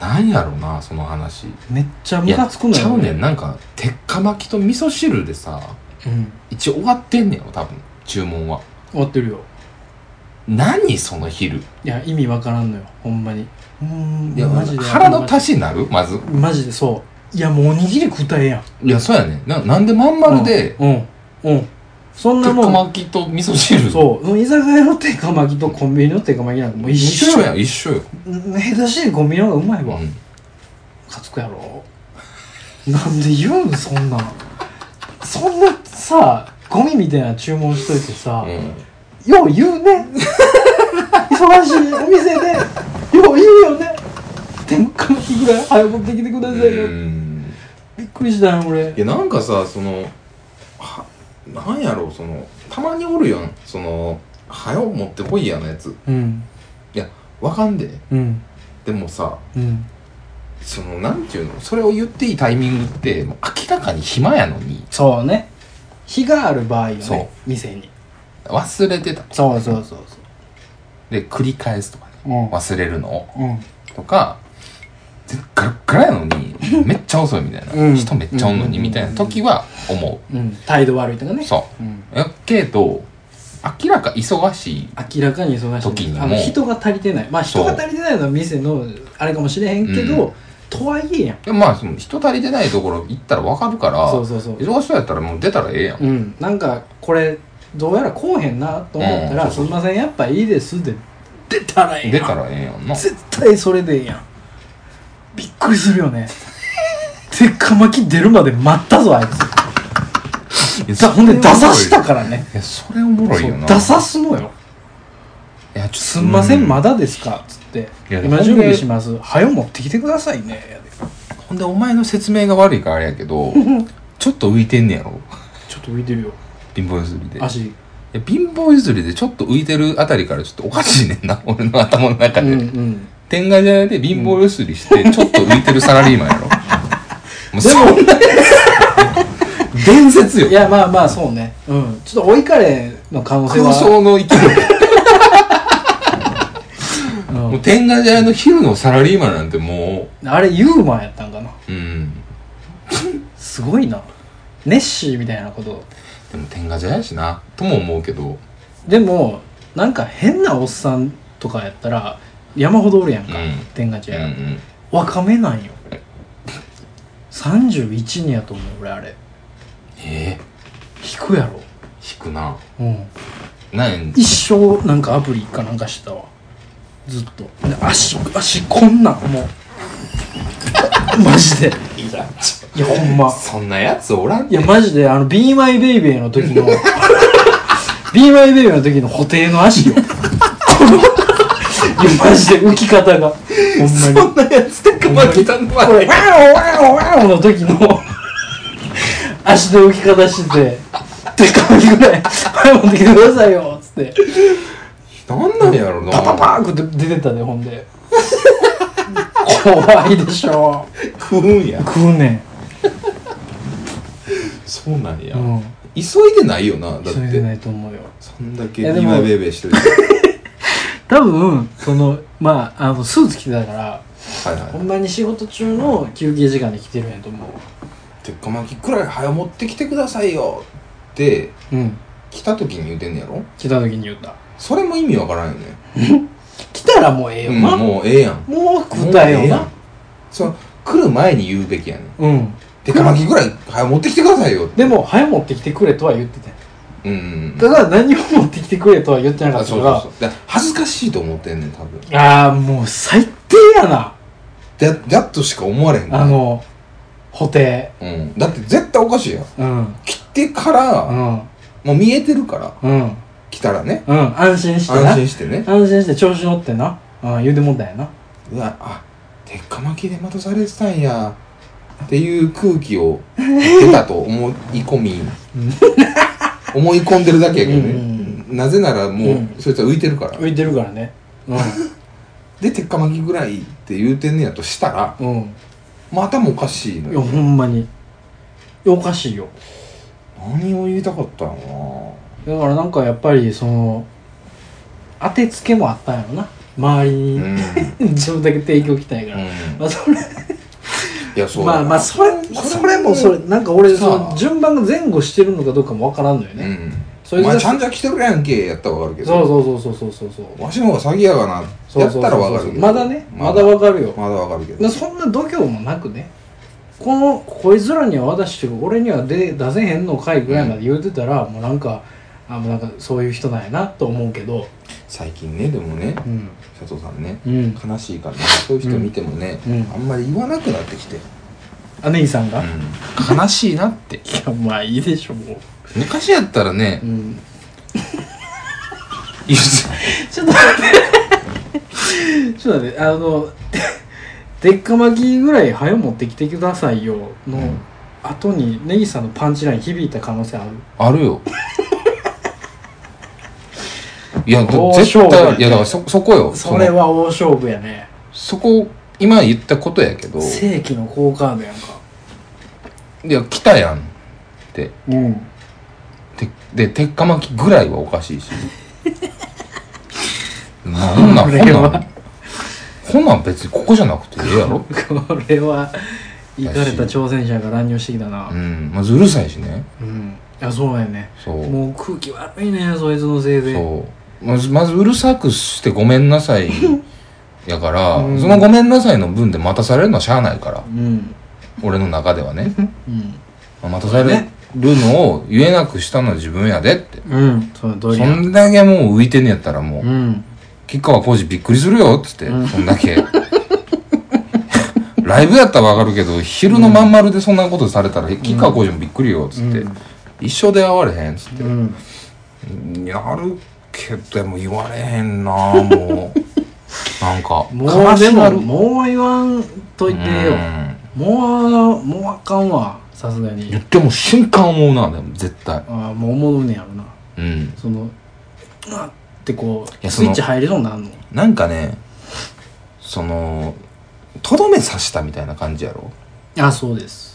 B: なんやろなその話
A: めっちゃムカつくの
B: ちゃ
A: よ
B: うねんなんか鉄火巻きと味噌汁でさ
A: うん
B: 一応終わってんねんよ多分注文は
A: 終わってるよ
B: 何その昼
A: いや意味わからんのよほんまにうーん
B: いや
A: マジで
B: 腹の足しになるまず
A: マジでそういやもうおにぎり食うたらええやん
B: いやそうやねんななんでまん丸で
A: うんうん、うん、そんな
B: 鉄
A: も
B: 火
A: ん
B: 巻きと味噌汁
A: そう居酒屋の手か巻きとコンビニの手か巻きなんかもう一
B: 一
A: 緒
B: 緒やん一緒よ、
A: うん下手してコンビニの方がうまいうわ、
B: ん
A: かつくやろなんで言うんそんなんそんなさゴミみたいな注文しといてさ、
B: うん
A: よう言うね忙しいお店でよう言うよね天下の日ぐらい早く持ってきてくださいよ、
B: うん
A: びっくりしたよ俺
B: いやなんかさそのはなんやろうそのたまにおるやんその「はよ持ってこいや」のやつ
A: うん
B: いやわかんで
A: うん
B: でもさ
A: うん
B: そのなんていうのそれを言っていいタイミングってもう明らかに暇やのに
A: そうね日がある場合よ
B: そう
A: ね店に
B: 忘れてた
A: そうそうそう
B: で繰り返すとかね
A: そううん
B: 忘れるの
A: うん
B: とかでガラッガラやのにめっちゃ遅いみたいな、
A: うん
B: 人めっちゃおんのにみたいな時は思
A: うん態度悪いとか
B: う
A: ね、
B: そう
A: ん、
B: うやけど明らか忙しい
A: 明らかに忙しい
B: 時にも
A: あの人が足りてないまあ
B: そう
A: 人が足りてないのは店のあれかもしれへんけど、
B: うん
A: とはいえやん
B: でもまあその人足りてないところ行ったらわかるから
A: そうそうそう
B: 忙しそうやったらもう出たらええやん、
A: うんなんかこれどうやらこうへんなと思ったら「
B: うん
A: すみませんやっぱいいです」で出たらええ
B: 出
A: やん
B: たらええやんな
A: 絶対それでええやんびっくりするよね鉄火巻き出るまで待ったぞあいつだほんで出さした
B: い
A: からね
B: やそれおもろい
A: そう
B: よな
A: 出さすのよ
B: いや
A: 「すんません、ま
B: だ
A: だですか」っつって
B: いや
A: 「今
B: ほんで
A: 準備します早う持ってきてくださいね」
B: ほんでお前の説明が悪いからあれやけ どちょっと浮いてんねやろ
A: ちょっと浮いてるよ
B: 貧乏譲りでいや
A: 足
B: 貧乏譲りでちょっと浮いてるあたりからちょっとおかしいねんな 俺の頭の中
A: うん
B: で、
A: うん
B: 天下茶屋で貧乏ゆすりして、ちょっと浮いてるサラリーマンや ろ。もうそんな、 伝説よ。
A: いやまあまあそうねうんちょっと追いかれの可能性
B: 勲
A: は
B: 章の生き
A: うん
B: もう天下茶屋の昼のサラリーマンなんても
A: あれユーマンやったんかな
B: ううん
A: すごいなネッシーみたいなこと
B: でも天下茶屋やしなとも思うけど
A: でもなんか変なおっさんとかやったら山ほどおるやんか、
B: うん
A: 天下
B: う
A: 茶
B: んう
A: 屋、
B: ん
A: 若めなんよ31にやと思う俺あれ
B: ええ
A: 引くやろ
B: 引くな
A: うん
B: なん
A: 一生なんかアプリかなんかしてたわずっとで足足こんなんもう マジで
B: いや
A: いやほんま
B: そんなやつおらん
A: いやマジであの b m y b a b y の時の b m y b a b y の時の布袋の足よいやマジで浮き方がほんまに
B: なやつとかまきたの
A: これワーオワーオワーオの時の足の浮き方しててでかいぐらい早く持ってきてくださいよっつって
B: なんなんやろな
A: パパパーン食って出てたでほんで怖いでしょ
B: 食うんや
A: 食うね
B: そうなんや、
A: んうん
B: 急いでないよなだって
A: それでないと思うよ
B: そんだけ
A: いやでも
B: 今ベイベーしてる
A: 多分そのまああのスーツ着てたから
B: はいはい
A: ほんまに仕事中の休憩時間で来てるんやと思
B: 鉄火巻きくらい早持ってきてくださいよって
A: ううん
B: 来た時に言うてんねやろ
A: 来た時に言った
B: それも意味わからんよね、
A: 来たらもうええよ
B: うん、
A: な、
B: もうええやん
A: もう食った
B: もうえ
A: よ
B: えや
A: なん
B: そう来る前に言うべきやねん
A: うん
B: 鉄火巻きくらい早持ってきてくださいよ
A: でも早持ってきてくれとは言ってて
B: うんうん
A: ただ何を持ってきてくれとは言ってなか
B: あ
A: った
B: そ
A: か
B: う
A: ら
B: そうそうで恥ずかしいと思ってんねん多分
A: ああもう最低やな
B: でだとしか思われへんから
A: あの補袋
B: うん、だって絶対おかしいやん
A: うん
B: 来てから、
A: うん
B: もう見えてるから
A: うん
B: 来たらね
A: うん安心してな
B: 安心してね
A: 安心して調子乗ってなうん言うてもんだよな
B: うわあ鉄火巻きで待たされてたんやっていう空気を出たと思い込み
A: うん
B: 思い込んでるだけやけどね、
A: うん
B: なぜならもう、
A: うん
B: そいつは浮いてるから
A: 浮いてるからね
B: で鉄火巻きぐらいって言うてんねやとしたら
A: うんうん
B: またもおかしいの
A: いや
B: よ
A: ほんまにいやおかしいよ
B: 何を言いたかったの
A: だからなんかやっぱりその当てつけもあったんやろな周り
B: かなう
A: に、
B: ん、うん、
A: 自分だけ提供きたいから、まあそれ
B: いやそうだ
A: ま
B: な
A: あまあそれそれもそれなんか俺
B: さ
A: その順番が前後してるのかどうかもわからんのよ
B: う
A: ね、
B: ん
A: それ
B: お
A: で
B: 前ちゃんじゃ来てるやんけやったらわかるけど
A: そうそうそうそうそうそうそう
B: わしの方が詐欺やがな
A: そう
B: やったらわかるけど
A: まだねまだわかるよ、
B: まだわかるけ
A: な
B: ど
A: そんな度胸もなくねこのこいつらには渡して俺には出出せへんのかいぐらいまで言うてたら、もうなんかあもうなんかそういう人なんやなと思うけど
B: 最近ねでもね
A: うん
B: 佐藤さんね
A: うん
B: 悲しいからねそういう人見てもね、
A: うん
B: あんまり言わなくなってきて、
A: 姉さんが、い
B: 悲しいなって
A: やまあいいでしょもう、
B: 昔やったらね
A: うん、
B: 言う
A: ちょっと待ってちょっと待ってあのでっか巻きぐらい早持ってきてくださいよの、
B: うん
A: 後にネギさんのパンチライン響いた可能性ある
B: あるよいやだ
A: どうしようも
B: 絶
A: ない
B: 対いやだからそそこよ
A: それ
B: の
A: は大勝負やね
B: そこ今言ったことやけどい
A: 世紀の好カードやんか
B: や来たやんって
A: うん
B: てで鉄火巻きぐらいはおかしいしなんな ん
A: こ
B: ほん
A: れは
B: なんほんなん別にここじゃなくてええやろ
A: これは行かれた挑戦者が乱入してきたな
B: うんまずうるさいしね
A: うんいやそうやね
B: そう
A: もう空気悪いねそいつのせいで
B: そうまずまずうるさくしてごめん なさいやから、
A: うん
B: そのごめんなさいの分で待たされるのはしゃあないから
A: うん
B: 俺の中ではね
A: うん
B: まあ待たされるのを言えなくしたのは自分やでって
A: うんその通り
B: そ
A: や
B: んだけもう浮いてんねやったらもう
A: うん
B: 吉川浩司びっくりするよっつって、
A: うん
B: そんだけライブやったらわかるけど昼のまん丸でそんなことされたら吉川浩司もびっくりよっつって、
A: うん
B: 一生出会われへんっつって、
A: うん
B: やるけどもう言われへんなもう なんか
A: もう
B: 悲
A: で
B: しな
A: も
B: る
A: もう言わんといてよ
B: うん
A: もうもうあかんわさすがに
B: 言っても瞬間思うなでも絶対
A: ああもう思うねやろな
B: うん
A: そのうわってこう
B: や
A: ス
B: そ
A: イ
B: の
A: ッチ入りそうになるの
B: なんかねそのとどめ刺したみたいな感じやろ
A: あそうです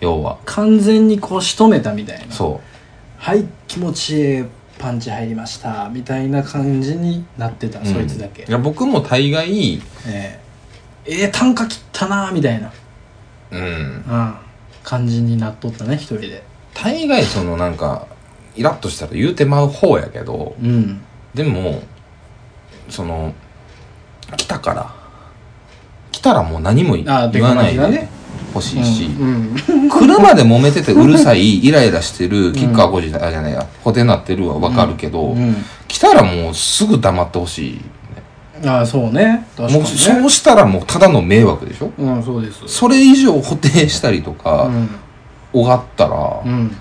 B: 要は
A: 完全にこう仕留めたみたいな
B: そ
A: はい気持ちいいパンチ入りましたみたいな感じになってた、そいつだけ
B: い、や僕も大
A: え
B: 概
A: えええ単価切ったなみたいな、
B: うん
A: うん、感じになっとったね一人で
B: 大概そのなんかイラッとしたら言うてまう方やけど
A: うん
B: でもその来たから来たらもう何も言
A: あ
B: わ
A: ーでか
B: ない
A: が
B: で
A: ね
B: ほしいし、
A: うん
B: 車で揉めててうる さいイライラしてるキッカー5時あじゃないや固定になってるはわかるけど、
A: うん、
B: 来たらもうすぐ黙ってほしいね、
A: ああそうね確か
B: もう
A: に
B: そ
A: ね
B: うしたらもうただの迷惑でしょ
A: うんそうです
B: それ以上固定したりと
A: う
B: か、
A: ん
B: おがったら、
A: うん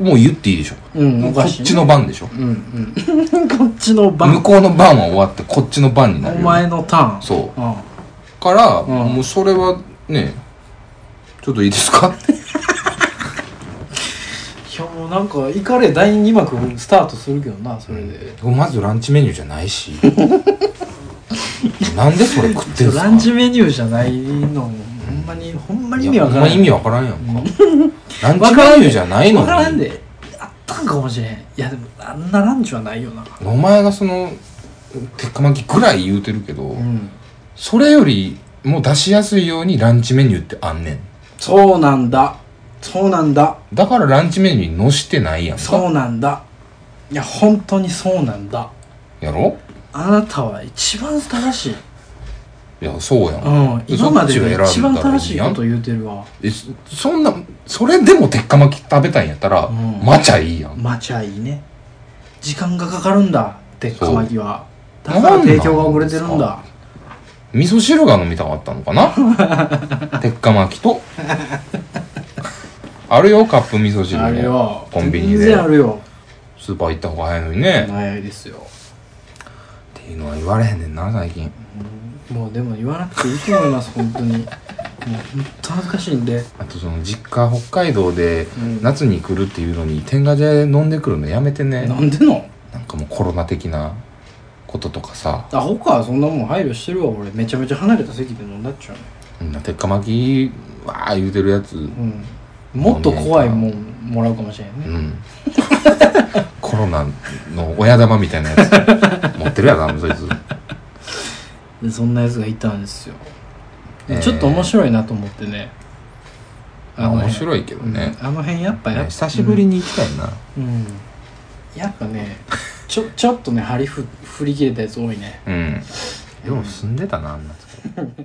B: もう言っていいでしょ、
A: うんお
B: こ
A: か
B: っ
A: しいね
B: ちの番でしょ
A: うんうん こっちの
B: 向
A: 番
B: こうの番は終わってこっちの番にな
A: お
B: るよ
A: 前のターン
B: そう
A: うん
B: から、
A: ん
B: もうそれはねちょっといいですか
A: いやもうなんかイカレ第2幕スタートするけどなそれで、
B: まずランチメニューじゃないし なんでそれ食ってるんですか
A: ランチメニューじゃないのほんまにほんまに意味わからん
B: いやほんま意味わからんやんかラン
A: わ
B: チ
A: からん
B: メニュ
A: で
B: ーじゃないの
A: わからん
B: に
A: であったんかもしれんいやでもあんなランチはないよな
B: お前がその鉄火巻きぐらい言うてるけど、
A: うん
B: それよりもう出しやすいようにランチメニューってあんねん
A: そうなんだそうなんだ
B: だからランチメニューに載してないやんか
A: そうなんだいや本当にそうなんだ
B: やろ
A: あなたは一番正しい、
B: いやそうやん、
A: うん、
B: そっちを
A: 今までで一
B: 選ん
A: 番
B: だら
A: 正
B: い
A: し
B: い
A: い
B: やん
A: こと言うてるわ
B: えそそんなそれでも鉄火巻き食べたいんやったら、
A: ん
B: マチャいいやん
A: 抹茶いいね時間がかかるんだ鉄火巻きは
B: そう
A: だから提供が遅れてるん
B: なん
A: だ
B: な味噌汁が飲みたかったのかな 鉄火巻きとあるよカップ味噌汁も
A: あるよ
B: コンビニ
A: 全
B: で
A: 然あるよ
B: スーパー行った方が早いのにね
A: ないですよ
B: っていうのは言われへんねんな最近
A: もうでも言わなくていいと思います本当にもう本当恥ずかしいんで
B: あとその実家北海道で
A: うん
B: 夏に来るっていうのに天下茶屋で飲んでくるのやめてね
A: なんでの
B: なんかもうコロナ的なこととかさ
A: アホかそんなもん配慮してるわ俺めちゃめちゃ離れた席で飲んだっちゃうね
B: みんな鉄火巻きわー言うてるやつ
A: うんもっと怖いもんもらうかもしれん
B: う
A: ね
B: ん コロナの親玉みたいなやつ持ってるやろ多分そいつ
A: でそんなやつがいたんですよで
B: えー
A: ちょっと面白いなと思ってね
B: まあ面
A: い
B: 白いけどね
A: あの辺やっぱや
B: ね久しぶりに行きたいな
A: うん、うんやっぱねちょちょっとね張りふ振り切れたやつ多いね
B: うんでも住んでたなあんなとこ